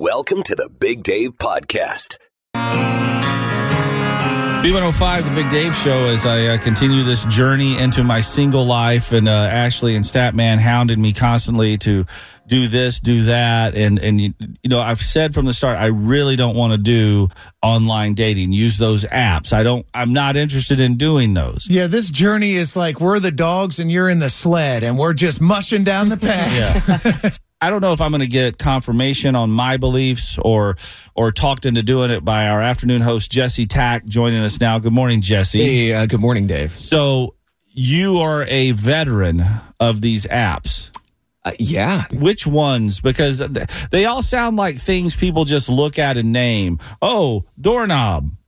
Welcome to the Big Dave Podcast. B105, the Big Dave Show, as I uh, continue this journey into my single life. And uh, Ashley and Statman hounded me constantly to do this, do that. And, and you, you know, I've said from the start, I really don't want to do online dating, use those apps. I don't, I'm not interested in doing those. Yeah, this journey is like we're the dogs and you're in the sled and we're just mushing down the path. I don't know if I'm going to get confirmation on my beliefs or or talked into doing it by our afternoon host Jesse Tack joining us now. Good morning, Jesse. Hey, uh, good morning, Dave. So you are a veteran of these apps. Uh, yeah, Which ones? Because th- they all sound like things people just look at and name. Oh, doorknob.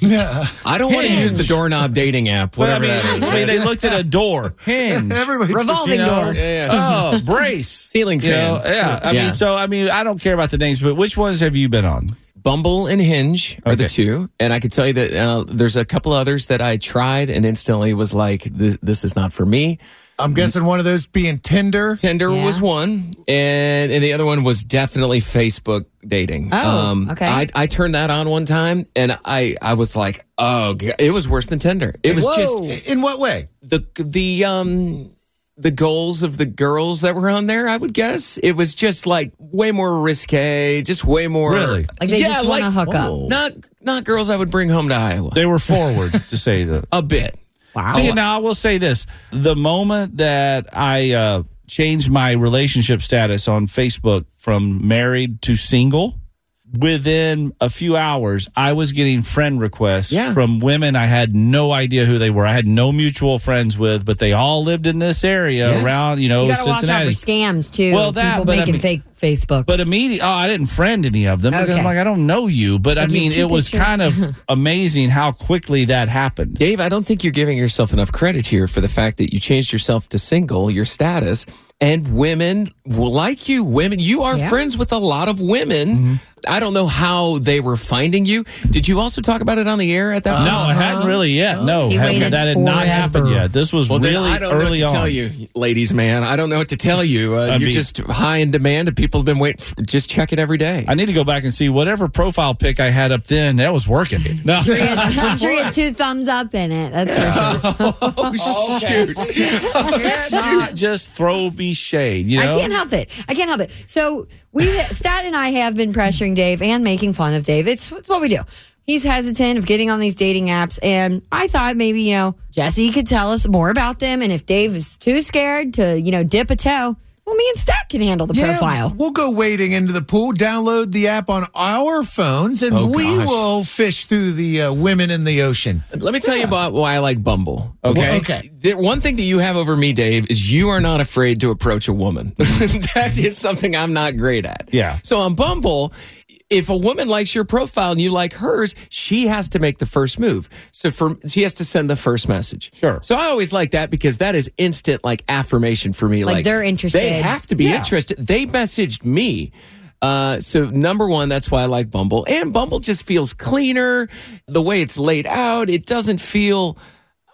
Yeah. I don't want to use the doorknob dating app, But I whatever mean, that is. I mean, they looked at a door, hinge, Everybody you Revolving know, door. oh, brace, Ceiling You know, fan. yeah, I Yeah. mean, so I mean, I don't care about the names, but which ones have you been on? Bumble and Hinge are the Okay. two, and I can tell you that uh, there's a couple others that I tried and instantly was like, "This, this is not for me." I'm guessing one of those being Tinder. Tinder Yeah. was one, and, and the other one was definitely Facebook dating. Um, Oh, okay. I, I turned that on one time, and I I was like, "Oh, God. it was worse than Tinder." It was just In what way? the the um the goals of the girls that were on there, I would guess it was just like way more risque, just way more Really? Like they just wanna hook up. Whoa. Not not girls I would bring home to Iowa. They were forward to say the. a bit. Wow. See, now I will say this: the moment that I uh, changed my relationship status on Facebook from married to single, within a few hours, I was getting friend requests Yeah. from women I had no idea who they were. I had no mutual friends with, but they all lived in this area Yes. around, you know, you gotta watch out Oh, Cincinnati. for scams too. Well, that, people but I making mean- fake Facebooks. But immediately, oh, I didn't friend any of them because Okay. I'm like, I don't know you. But I Have you mean, two it was pictures? kind of amazing how quickly that happened. Dave, I don't think you're giving yourself enough credit here for the fact that you changed yourself to single, your status, and women will like you. Women, you are Yeah. friends with a lot of women. I don't know how they were finding you. Did you also talk about it on the air at that point? Uh, No, it hadn't really yet. No, He hadn't- waited that had not forever. happened yet. This was Well, really then I don't early know what to on. tell you, ladies, man. I don't know what to tell you. Uh, I'd you're be- just high in demand, and people have been waiting. For, just check it every day. I need to go back and see whatever profile pic I had up then. That was working. No, I'm sure you had two thumbs up in it. That's for sure. oh shoot! not just throw me shade. You know, I can't help it. I can't help it. So we, Stat and I, have been pressuring Dave and making fun of Dave. It's, it's what we do. He's hesitant of getting on these dating apps, and I thought maybe you know Jesse could tell us more about them, and if Dave is too scared to you know dip a toe, well, me and Stat can handle the profile. We'll go wading into the pool, download the app on our phones, and Oh, we gosh. will fish through the uh, women in the ocean. Let me tell you about why I like Bumble. Okay. Okay. Okay. The one thing that you have over me, Dave, is you are not afraid to approach a woman. that is something I'm not great at. Yeah. So on Bumble, if a woman likes your profile and you like hers, she has to make the first move. So for she has to send the first message. Sure. So I always like that because that is instant like affirmation for me. Like, they're interested. They have to be Yeah. interested. They messaged me. Uh, so number one, that's why I like Bumble, and Bumble just feels cleaner. The way it's laid out, it doesn't feel.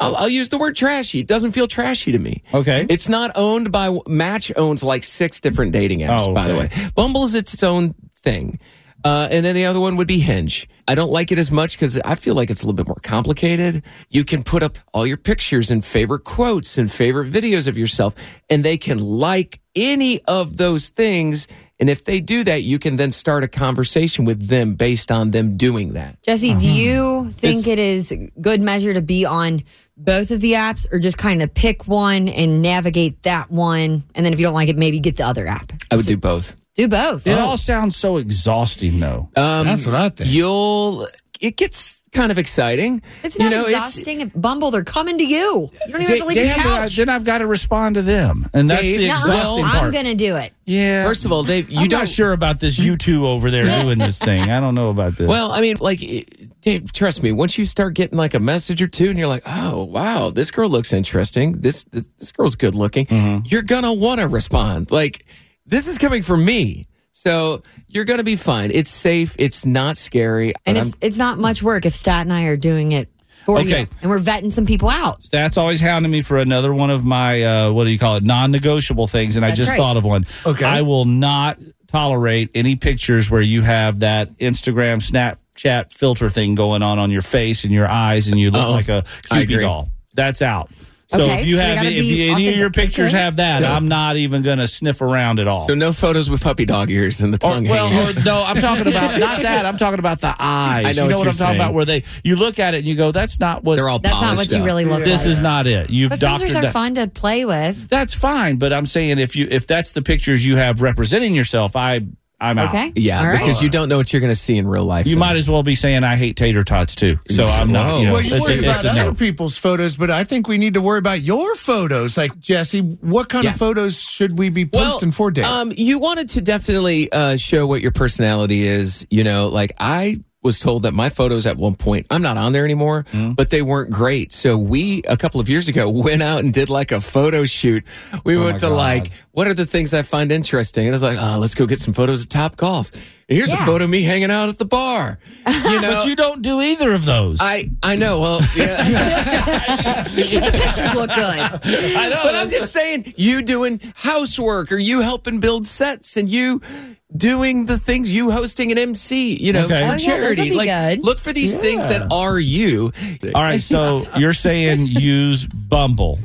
I'll, I'll use the word trashy. It doesn't feel trashy to me. Okay. it's not owned by Match owns like six different dating apps. Oh, By the way, okay. Bumble is its own thing. Uh, and then the other one would be Hinge. I don't like it as much because I feel like it's a little bit more complicated. You can put up all your pictures and favorite quotes and favorite videos of yourself, and they can like any of those things. And if they do that, you can then start a conversation with them based on them doing that. Jesse, do you It's- think it is good measure to be on both of the apps or just kind of pick one and navigate that one? And then if you don't like it, maybe get the other app. I would do both. Do both. Uh, it all sounds so exhausting though. Um, That's what I think. You'll it gets kind of exciting. It's you not know, exhausting. Bumble, they're coming to you. You don't even have to leave Damn, your but I- Then I- couch. then I've got to respond to them, and that's Dave, the No, exhausting I'm part. going to do it. yeah, First of all, Dave, you I'm don't. not sure about this. You two over there doing this thing. I don't know about this. Well, I mean, like, it- Dave, trust me. Once you start getting like a message or two, and you're like, "Oh, wow, this girl looks interesting. This this, this girl's good looking," Mm-hmm. you're gonna want to respond. Like, this is coming from me, so you're gonna be fine. It's safe. It's not scary. And I'm- it's it's not much work if Stat and I are doing it for you, Okay. and we're vetting some people out. That's always hounding me for another one of my uh, what do you call it non-negotiable things, and I That's just right. thought of one. Okay. I will not tolerate any pictures where you have that Instagram Snapchat filter thing going on on your face and your eyes, and you look Oh, like a I Cupid agree. doll. That's out. So Okay, if you so they have gotta if be you, any of authentic. your pictures Okay. have that, So- I'm not even going to sniff around at all. so no photos with puppy dog ears and the Or, tongue well, hanging. out. or, no, I'm talking about not that. I'm talking about the eyes. I know you what know what, you're I'm talking about. saying. Where they you look at it and you go, that's not what. They're all That's not polished what you up. really look this like. is not it. You've but filters doctored are that. fun to play with. That's fine, but I'm saying if you if that's the pictures you have representing yourself, I I'm out. Okay. Yeah, All right. because you don't know what you're going to see in real life. You So- might as well be saying I hate tater tots too. So I'm Whoa. not. You know, Well, you it's a- worry it's about a no. other people's photos, but I think we need to worry about your photos. Like Jesse, what kind Yeah. of photos should we be posting for Dave? Um, you wanted to definitely uh, show what your personality is. You know, like I was told that my photos at one point, I'm not on there anymore, but they weren't great. So we, a couple of years ago, went out and did like a photo shoot. We went to God. like, what are the things I find interesting? And I was like, oh, let's go get some photos of Top Golf. And here's a Yeah. photo of me hanging out at the bar. You know, But you don't do either of those. I, I know. Well, yeah. But the pictures look good. I know. But I'm just saying, you doing housework or you helping build sets and you doing the things you hosting an MC, you know, Okay. Oh, for yeah, those charity. would be like, good. look for these things that are you. all right, so you're saying use Bumble.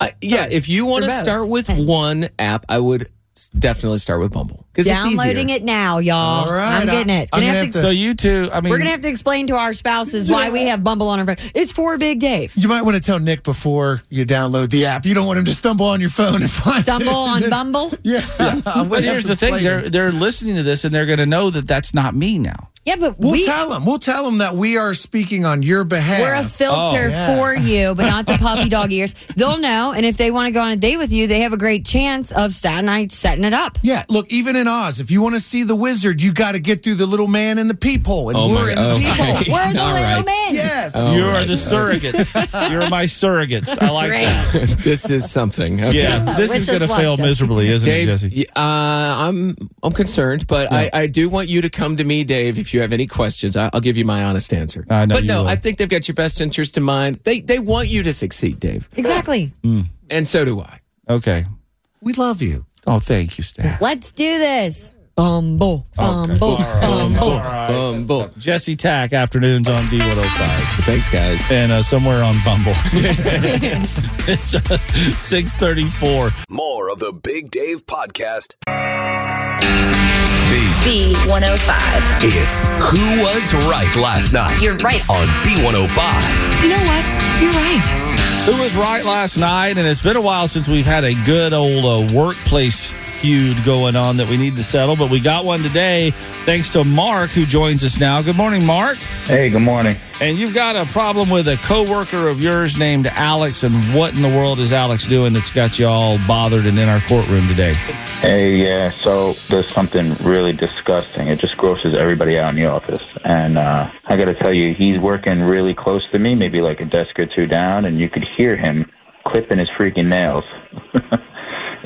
Uh, yeah, if you want to For both. start with one app, I would s- definitely start with Bumble because it's Downloading easier. it now, y'all. All right, I'm getting I- it. I'm gonna Gonna have have to- to- So you two, I mean, we're gonna have to explain to our spouses why we have Bumble on our phone. It's for Big Dave. you might want to tell Nick before you download the app. You don't want him to stumble on your phone and find Stumble it. on Bumble. Yeah. but here's the thing: they're they're listening to this and they're going to know that that's not me now. Yeah, but We'll we tell him. We'll tell him that we are speaking on your behalf. We're a filter Oh, yes. for you, but not the puppy dog ears. They'll know, and if they want to go on a date with you, they have a great chance of Staten Island setting it up. yeah, look, even in Oz, if you want to see the wizard, you got to get through the little man in the peephole, and Oh my- we're in the oh, peephole. okay. We're the All little right. men. Yes. Oh you are the surrogates. You're my surrogates. I like Great. that. this is something. Okay. Yeah, this Wish is us going to luck, fail Jesse. miserably, isn't Dave, it, Jesse? y- uh, I'm I'm concerned, but I, I do want you to come to me, Dave, if you have any questions. I, I'll give you my honest answer. I know but you no, will. I think they've got your best interest in mind. They they want you to succeed, Dave, Exactly. and so do I. Okay. We love you. Oh, thank you, Stan. Let's do this. Bumble, bumble, Boom, bumble. boom, boom. Jesse Tack, afternoons on D105 Thanks, guys. and uh, somewhere on Bumble. it's uh, 634. More of the Big Dave podcast. B105. It's Who Was Right Last Night You're right. on B105. You know what? You're right. Who was right last night? And it's been a while since we've had a good old uh, workplace feud going on that we need to settle, but we got one today thanks to Mark who joins us now. Good morning, Mark. Hey, good morning. And you've got a problem with a coworker of yours named Alex. And what in the world is Alex doing that's got you all bothered and in our courtroom today? Hey, yeah, so there's something really disgusting. It just grosses everybody out in the office. And uh, I got to tell you, he's working really close to me, maybe like a desk or two down, and you could hear him clipping his freaking nails.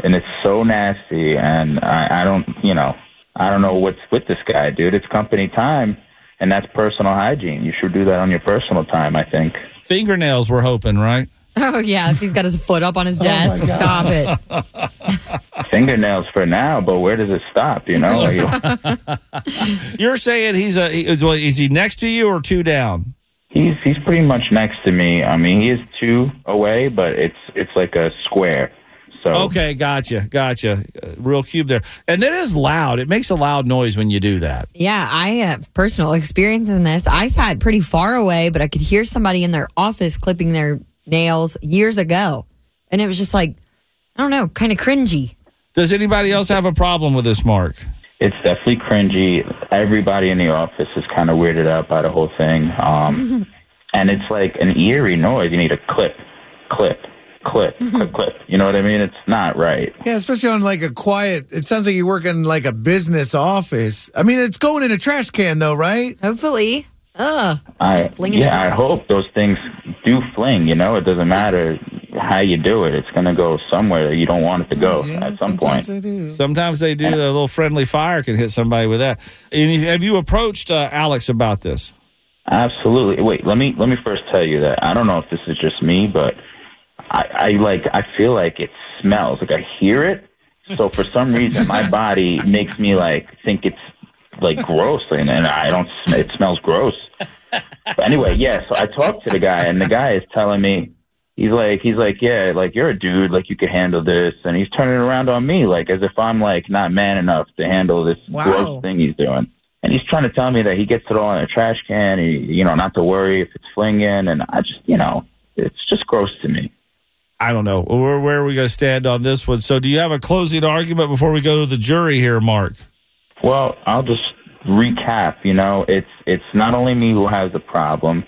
and it's so nasty, and I, I don't, you know, I don't know what's with this guy, dude. It's company time, and that's personal hygiene. You should do that on your personal time, I think. Fingernails, we're hoping, right? Oh yeah, if he's got his foot up on Oh, his desk, stop it. Fingernails for now, but where does it stop, you know? Like, You're saying he's a he- is, well, is he next to you or two down? He's he's pretty much next to me. I mean, he is two away, but it's it's like a square. So Okay, gotcha, gotcha. Uh, Real cube there, and it is loud. It makes a loud noise when you do that. Yeah, I have personal experience in this. I sat pretty far away, but I could hear somebody in their office clipping their nails years ago, and it was just like, I don't know, kind of cringy. Does anybody else have a problem with this, Mark? It's definitely cringy. Everybody in the office is kind of weirded out by the whole thing. Um, and it's like an eerie noise. You need a clip, clip, clip, clip, clip. You know what I mean? It's not right. Yeah, especially on like a quiet. It sounds like you work in like a business office. I mean, it's going in a trash can though, right? Hopefully. Ugh. I, Just fling it yeah, I everywhere. hope those things do fling. You know, it doesn't matter how you do it. It's going to go somewhere that you don't want it to go Yeah, at some point. sometimes I do. Sometimes they do. A little friendly fire can hit somebody with that. And have you approached uh, Alex about this? Absolutely. Wait, let me let me first tell you that I don't know if this is just me, but I, I like I feel like it smells. Like I hear it. So for some reason my body makes me like think it's like gross and, and I don't sm- it smells gross. But anyway, yeah, so I talked to the guy and the guy is telling me he's like he's like, Yeah, like you're a dude, like you could handle this and he's turning around on me like as if I'm like not man enough to handle this Wow. gross thing he's doing. And he's trying to tell me that he gets it all in a trash can, he, you know, not to worry if it's flinging. And I just, you know, it's just gross to me. I don't know. Where, where are we going to stand on this one? So, do you have a closing argument before we go to the jury here, Mark? Well, I'll just recap. You know, it's it's not only me who has the problem.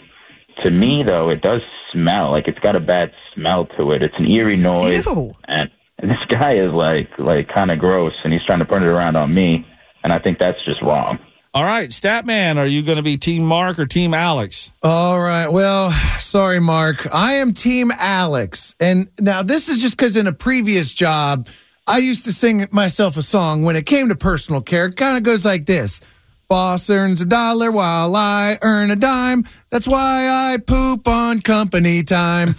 To me, though, it does smell like it's got a bad smell to it. It's an eerie noise, Ew. and, and this guy is like like kind of gross, and he's trying to turn it around on me, and I think that's just wrong. All right, Statman, are you going to be Team Mark or Team Alex? All right. Well, sorry, Mark. I am Team Alex. And now this is just because in a previous job, I used to sing myself a song when it came to personal care. It kind of goes like this Boss earns a dollar while I earn a dime. That's why I poop on company time.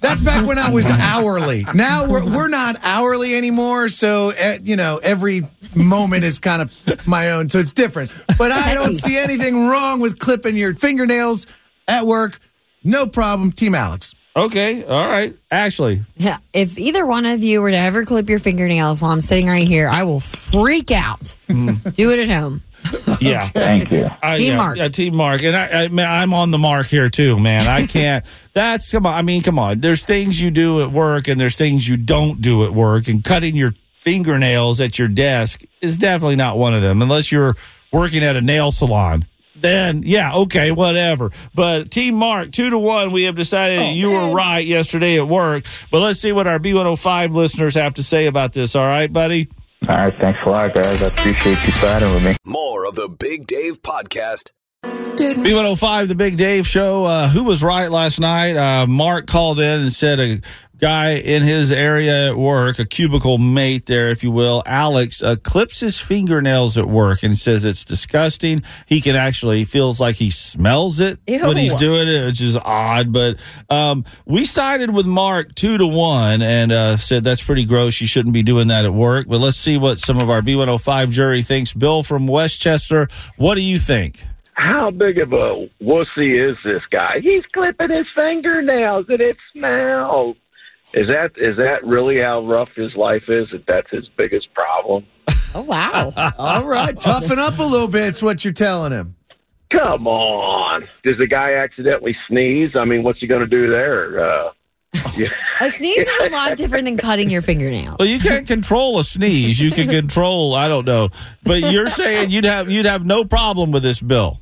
That's back when I was hourly. Now we're, we're not hourly anymore. So, eh, you know, every moment is kind of my own. So it's different. But I don't see anything wrong with clipping your fingernails at work. No problem. Team Alex. Okay, all right, Ashley. Yeah, if either one of you were to ever clip your fingernails while I'm sitting right here, I will freak out. Do it at home. Yeah. Thank you. I, Team yeah, Mark. yeah, team Mark, and I, I man, I'm on the mark here too, man. I can't. That's come on. I mean, come on. There's things you do at work, and there's things you don't do at work. And cutting your fingernails at your desk is definitely not one of them, unless you're working at a nail salon. Then, yeah, okay, whatever. But Team Mark, two to one, we have decided that you were right yesterday at work. But let's see what our B105 listeners have to say about this. All right, buddy. All right, thanks a lot, guys. I appreciate you siding with me. More of the Big Dave Podcast. B105, the Big Dave Show. Uh, who was right last night? Uh, Mark called in and said a guy in his area at work, a cubicle mate there, if you will, Alex, uh, clips his fingernails at work and says it's disgusting. He can actually he feels like he smells it when he's doing it, which is odd. But um, we sided with Mark two to one and uh, said that's pretty gross. You shouldn't be doing that at work. But let's see what some of our B105 jury thinks. Bill from Westchester, what do you think? how big of a wussy is this guy? He's clipping his fingernails and it smells. Is that is that really how rough his life is? That that's his biggest problem? Oh wow. All right. Toughen up a little bit. It's what you're telling him. Come on! Does the guy accidentally sneeze? I mean, what's he going to do there? Uh, a sneeze is a lot different than cutting your fingernails. Well, you can't control a sneeze. You can control, I don't know. But you're saying you'd have you'd have no problem with this bill.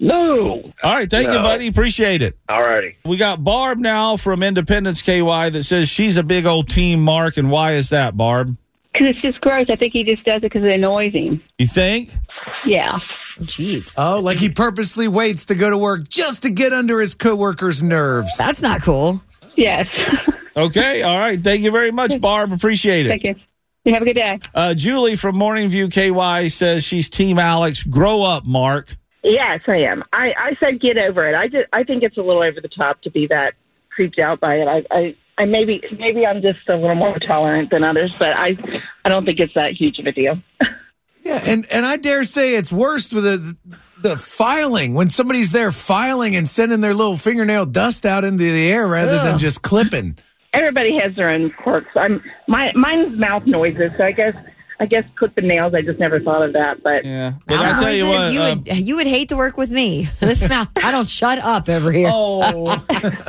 no. All right, thank you, No. buddy. Appreciate it. All righty. We got Barb now from Independence KY that says she's a big old team mark and why is that, Barb? Because it's just gross. I think he just does it because it annoys him. You think? Yeah. Jeez. Oh, like he purposely waits to go to work just to get under his coworkers' nerves. That's not cool. Yes. Okay, all right. Thank you very much, Barb. Appreciate it. Thank you. You have a good day. Uh, Julie from Morning View KY says she's Team Alex. Grow up, Mark. Yes, I am. I, I said get over it. I did, I think it's a little over the top to be that creeped out by it. I, I, I maybe maybe I'm just a little more tolerant than others, but I I don't think it's that huge of a deal. Yeah, and and I dare say it's worse with the the filing when somebody's there filing and sending their little fingernail dust out into the air rather than just clipping. Everybody has their own quirks. I'm my mine's mouth noises, so I guess I guess clipping nails. I just never thought of that, but Yeah. But I tell you Noises, what, you uh, would you would hate to work with me. This smell. I don't shut up over here. Oh,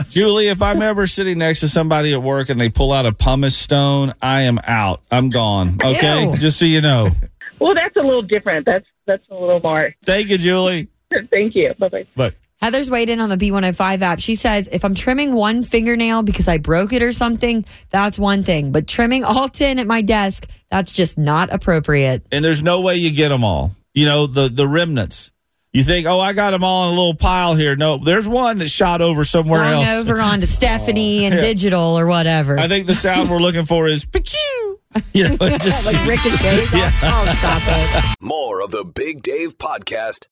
Julie, if I'm ever sitting next to somebody at work and they pull out a pumice stone, I am out. I'm gone. Okay, Ew. just so you know. Well, that's a little different. That's that's a little more. Thank you, Julie. Thank you. Bye bye. But Heather's weighed in on the B105 app. She says, if I'm trimming one fingernail because I broke it or something, that's one thing. But trimming all 10 at my desk, that's just not appropriate. and there's no way you get them all. You know the the remnants. You think, oh, I got them all in a little pile here. No, there's one that shot over somewhere Going else. Oh. over onto Stephanie and Yeah. digital or whatever. I think the sound we're looking for is pew. You know, it just- like ricochets. Yeah. Oh, stop it. More of the Big Dave Podcast.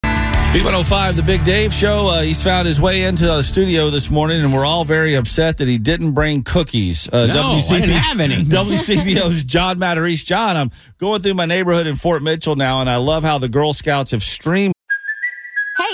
B105, the Big Dave Show. Uh, he's found his way into the studio this morning, and we're all very upset that he didn't bring cookies. Uh, No, I didn't have any. WCBO's John Matarese. John, I'm going through my neighborhood in Fort Mitchell now, and I love how the Girl Scouts have streamed. Hey,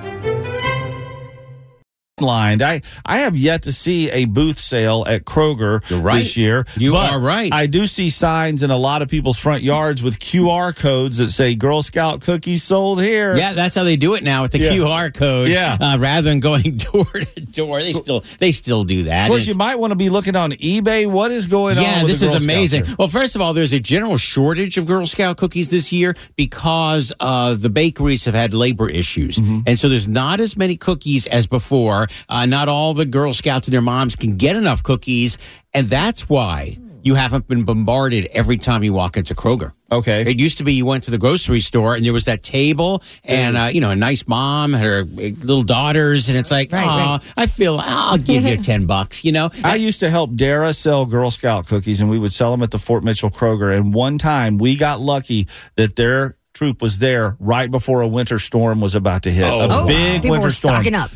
Blind. I, I have yet to see a booth sale at Kroger this year. You are right. I do see signs in a lot of people's front yards with QR codes that say Girl Scout cookies sold here. Yeah, that's how they do it now with the Yeah. QR code. Yeah. uh, rather than going door to door, they still they still do that. Of course, you might want to be looking on eBay. What is going on? yeah, with this the Girl is Scouts amazing. here? Well, first of all, there's a general shortage of Girl Scout cookies this year because uh, the bakeries have had labor issues, Mm-hmm. and so there's not as many cookies as before. Uh, not all the Girl Scouts and their moms can get enough cookies, and that's why. You haven't been bombarded every time you walk into Kroger. Okay. It used to be you went to the grocery store and there was that table and, Mm. uh, you know, a nice mom, her uh, little daughters. And it's like, Right, "Aw, right. I feel I'll give you 10 bucks, you know? I used to help Dara sell Girl Scout cookies, and we would sell them at the Fort Mitchell Kroger. And one time, we got lucky that their troop was there right before a winter storm was about to hit. Oh. a Oh, big people winter were storm. stocking up.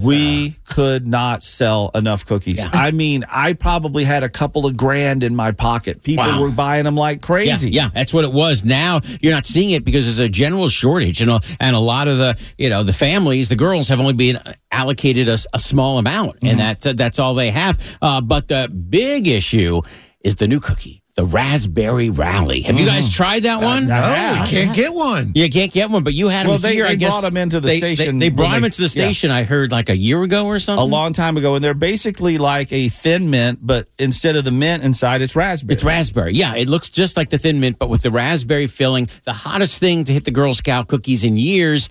We could not sell enough cookies. I mean, I probably had a couple of grand in my pocket. People Wow. were buying them like crazy. Yeah, yeah, that's what it was. Now you're not seeing it because there's a general shortage, and a, and a lot of the you know the families, the girls have only been allocated a, s- a small amount, Mm-hmm. and that's that's all they have. Uh, but the big issue is the new cookie, the raspberry rally. Have you guys Mm-hmm. tried that one? Oh, No, you Oh, can't get one. You can't get one, but you had Well, them they- here. I they guess brought 'em into the they- they- station They, when brought they- them into the yeah. station. I heard like a year ago or something. A long time ago, and they're basically like a thin mint, but instead of the mint inside, it's raspberry. It's raspberry. Yeah, it looks just like the Thin Mint, but with the raspberry filling. The hottest thing to hit the Girl Scout cookies in years,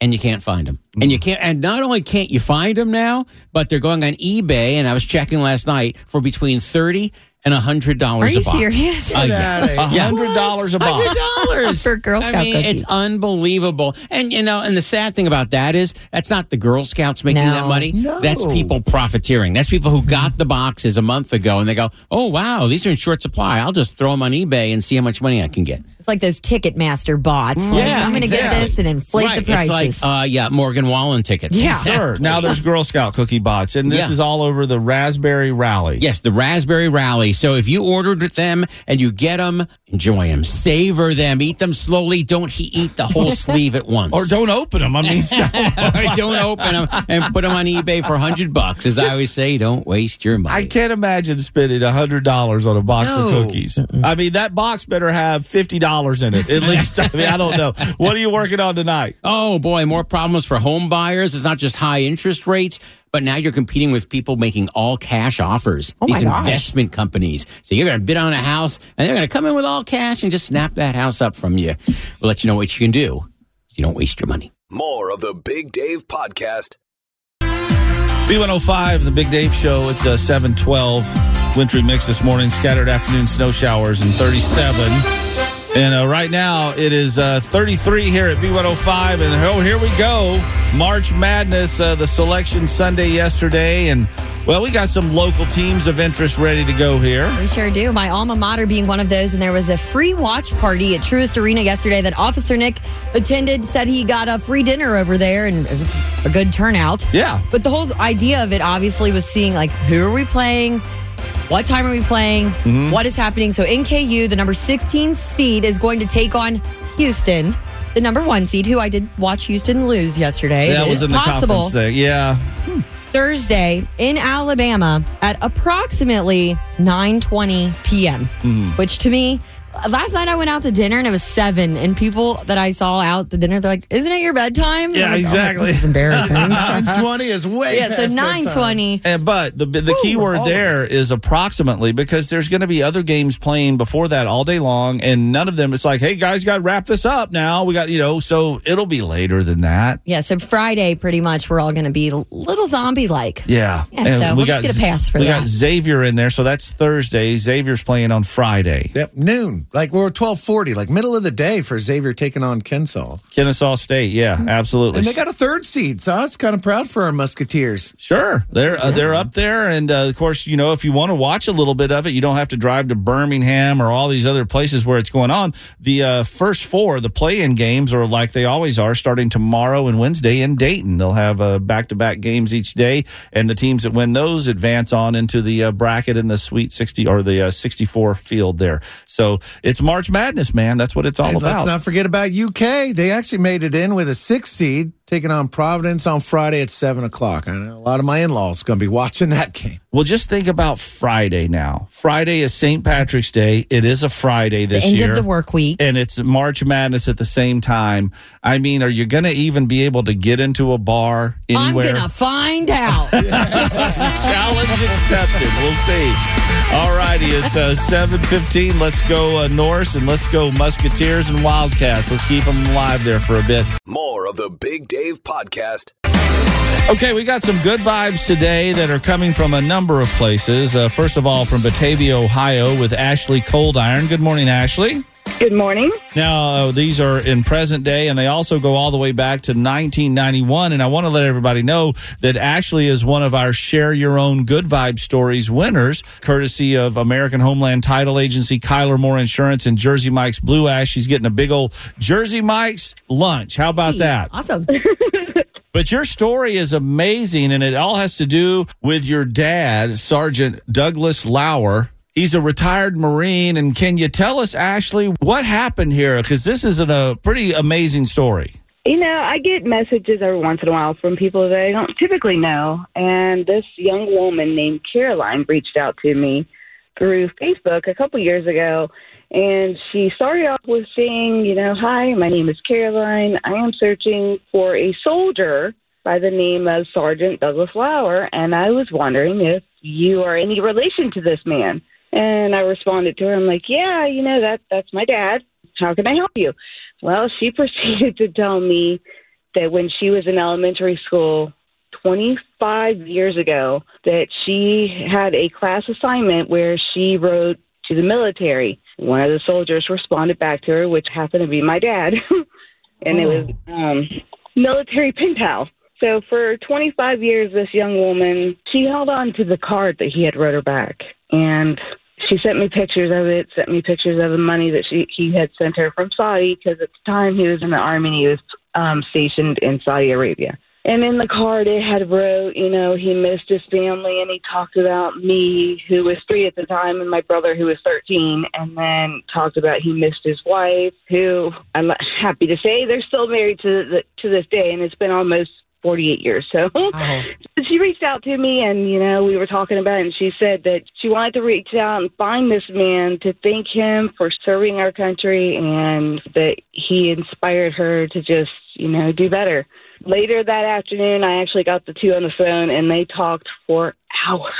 and you can't find them. And Mm. you can't. And not only can't you find them now, but they're going on eBay. And I was checking last night for between thirty and hundred Are dollars. you a box. serious? Uh, Uh-huh. yeah. Yeah. $100 a box. $100 for Girl Scout I mean, cookies. it's unbelievable. And you know, and the sad thing about that is that's not the Girl Scouts making No. that money. No. That's people profiteering. That's people who got the boxes a month ago and they go, "Oh wow, these are in short supply. I'll just throw them on eBay and see how much money I can get." It's like those Ticketmaster bots. Mm. Like, Yeah, I'm going to get exactly. this and inflate Right. the prices. It's like, uh, yeah, Morgan Wallen tickets. Yeah. Sure. Now there's Girl Scout cookie bots, and this Yeah. is all over the raspberry rally. Yes, the Raspberry Rally. So if you ordered with them and you get them, enjoy them, savor them, eat them slowly. Don't he eat the whole sleeve at once, Or don't open them. I mean, I don't open them and put them on eBay for hundred bucks. As I always say, don't waste your money. I can't imagine spending hundred dollars on a box No. of cookies. I mean, that box better have fifty dollars in it at least. I mean, I don't know. What are you working on tonight? Oh boy, more problems for home buyers. It's not just high interest rates, but now you're competing with people making all cash offers. Oh, my These gosh. investment companies. So you're going to bid on a house and they're going to come in with all cash and just snap that house up from you. We'll let you know what you can do so you don't waste your money. More of the Big Dave Podcast. B105, the Big Dave Show. It's a seven twelve wintry mix this morning. Scattered afternoon snow showers and thirty seven. And uh, right now it is uh, 33 here at B105. And oh, here we go. March Madness, uh, the selection Sunday yesterday. And well, we got some local teams of interest ready to go here. We sure do. My alma mater being one of those, and there was a free watch party at Truist Arena yesterday that Officer Nick attended. Said he got a free dinner over there, and it was a good turnout. Yeah. But the whole idea of it obviously was seeing like who are we playing, what time are we playing, Mm-hmm. Mhm. what is happening. So NKU, the number 16 seed, is going to take on Houston. The number one seed, who I did watch Houston lose yesterday. that It was is in the possible conference thing. Yeah. Thursday in Alabama at approximately 9:20 p.m. Mm. Which to me, last night I went out to dinner and it was seven, and people that I saw out to dinner, they're like, "Isn't it your bedtime?" And I'm like, "Oh my It's embarrassing. 920 is way Yeah, so past bedtime. 9:20. And, but the the Woo, key word all of there is approximately because there's going to be other games playing before that all day long, and none of them. It's like, hey guys, got to wrap this up now. We got you know, so it'll be later than that. Yeah, so Friday, pretty much, we're all going to be a little zombie like. Yeah. Yeah, so we'll just get a pass for we that. got Xavier in there, so that's Thursday. Xavier's playing on Friday. Yep, noon. Like we were twelve forty, like middle of the day for Xavier taking on Kensaw, Kennesaw State, yeah, Mm-hmm. absolutely. and they got a third seed. So I was kind of proud for our Musketeers. Sure, they're uh, they're up there, and uh, of course, you know, if you want to watch a little bit of it, you don't have to drive to Birmingham or all these other places where it's going on. The uh, first four, the play-in games, are like they always are, starting tomorrow and Wednesday in Dayton. They'll have uh, back-to-back games each day, and the teams that win those advance on into the uh, bracket in the Sweet Sixty or the uh, sixty-four field there. So it's March Madness, man. That's what it's all And about. let's not forget about UK. They actually made it in with a six seed, taking on Providence on Friday at seven o'clock. I know a lot of my in laws going to be watching that game. Well, just think about Friday now. Friday is St. Patrick's Day. It is a Friday this end of year. the work week. And it's March Madness at the same time. I mean, are you going to even be able to get into a bar anywhere? I'm going to find out. Challenge accepted. We'll see. All righty, it's uh, 7.15. Let's go uh, Norse and let's go Musketeers and Wildcats. Let's keep them alive there for a bit. More of the Big Dave Podcast. Okay, we got some good vibes today that are coming from a number of places. Uh, first of all, from Batavia, Ohio, with Ashley Cold Iron. Good morning, Ashley. Good morning. Now, uh, these are in present day, and they also go all the way back to 1991. And I want to let everybody know that Ashley is one of our Share Your Own Good Vibe Stories winners, courtesy of American Homeland Title Agency, Kyler Moore Insurance, and Jersey Mike's Blue Ash. She's getting a big old Jersey Mike's lunch. How about that? Awesome. But your story is amazing, and it all has to do with your dad, Sergeant Douglas Lauer. He's a retired Marine, and can you tell us, Ashley, what happened here? Because this is an, a pretty amazing story. You know, I get messages every once in a while from people that I don't typically know. And this young woman named Caroline reached out to me through Facebook a couple years ago. And she started off with saying, you know, hi, my name is Caroline. I am searching for a soldier by the name of Sergeant Douglas Lauer. And I was wondering if you are any relation to this man. And I responded to her, I'm like, yeah, you know, that, that's my dad. How can I help you? Well, she proceeded to tell me that when she was in elementary school 25 years ago, that she had a class assignment where she wrote to the military. One of the soldiers responded back to her, which happened to be my dad, and it was um, military pen pal. So for 25 years, this young woman she held on to the card that he had wrote her back, and she sent me pictures of it, sent me pictures of the money that she he had sent her from Saudi because at the time he was in the army and he was um, stationed in Saudi Arabia. And in the card it had wrote, you know, he missed his family and he talked about me, who was three at the time, and my brother, who was 13, and then talked about he missed his wife, who I'm happy to say they're still married to the, to this day, and it's been almost 48 years. So she reached out to me and you know we were talking about it and she said that she wanted to reach out and find this man to thank him for serving our country and that he inspired her to just you know do better later that afternoon i actually got the two on the phone and they talked for hours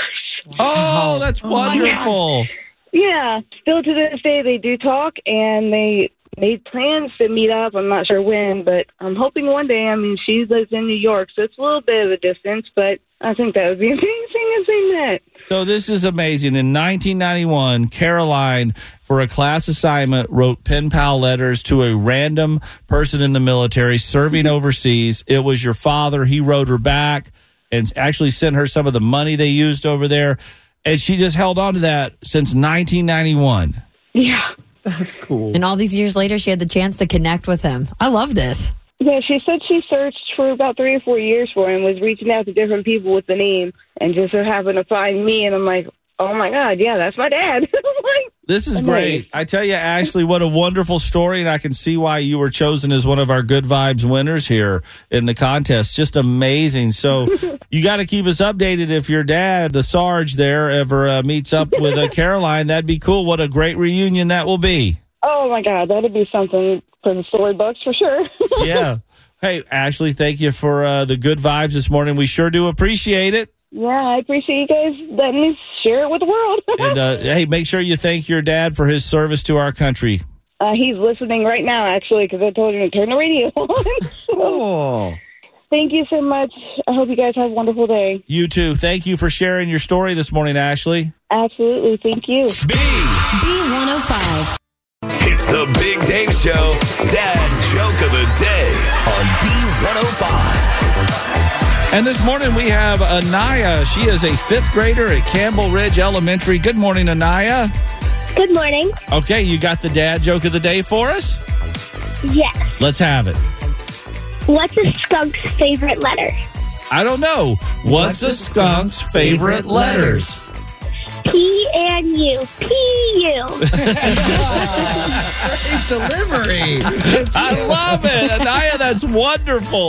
Oh, that's my gosh. wonderful. yeah, still to this day they do talk and they made plans to meet up. I'm not sure when, but I'm hoping one day. I mean, she lives in New York, so it's a little bit of a distance, but I think that was the amazing as they met. So this is amazing. In 1991, Caroline, for a class assignment, wrote pen pal letters to a random person in the military serving overseas. It was your father. He wrote her back and actually sent her some of the money they used over there. And she just held on to that since 1991. Yeah. That's cool. And all these years later, she had the chance to connect with him. I love this. Yeah, she said she searched for about three or four years for him, was reaching out to different people with the name, and just so happened to find me. And I'm like, oh my God, yeah, that's my dad. I'm like, This is Amazing. great. I tell you, Ashley, what a wonderful story. And I can see why you were chosen as one of our good vibes winners here in the contest. Just amazing. So you got to keep us updated if your dad, the Sarge there, ever uh, meets up with uh, Caroline. That'd be cool. What a great reunion that will be. oh my God, that'd be something for the storybooks for sure. Yeah. Hey, Ashley, thank you for uh, the good vibes this morning. We sure do appreciate it. yeah, I appreciate you guys letting me share it with the world. And uh, hey, make sure you thank your dad for his service to our country. Uh, he's listening right now, actually, because I told him to turn the radio on. cool. Thank you so much. I hope you guys have a wonderful day. You too. Thank you for sharing your story this morning, Ashley. Absolutely. Thank you. B105. It's the Big Dave Show, Dad joke of the day on B105. And this morning we have Anaya. She is a fifth grader at Campbell Ridge Elementary. Good morning, Anaya. Good morning. Okay, you got the dad joke of the day for us? Yes. Let's have it. What's a skunk's favorite letter? I don't know. What's, a skunk's favorite letters? P and U. P U. Delivery. I love it, Anaya. That's wonderful.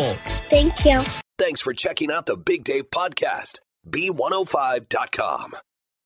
Thank you. oh Thanks for checking out the Big Dave Podcast, B105.com.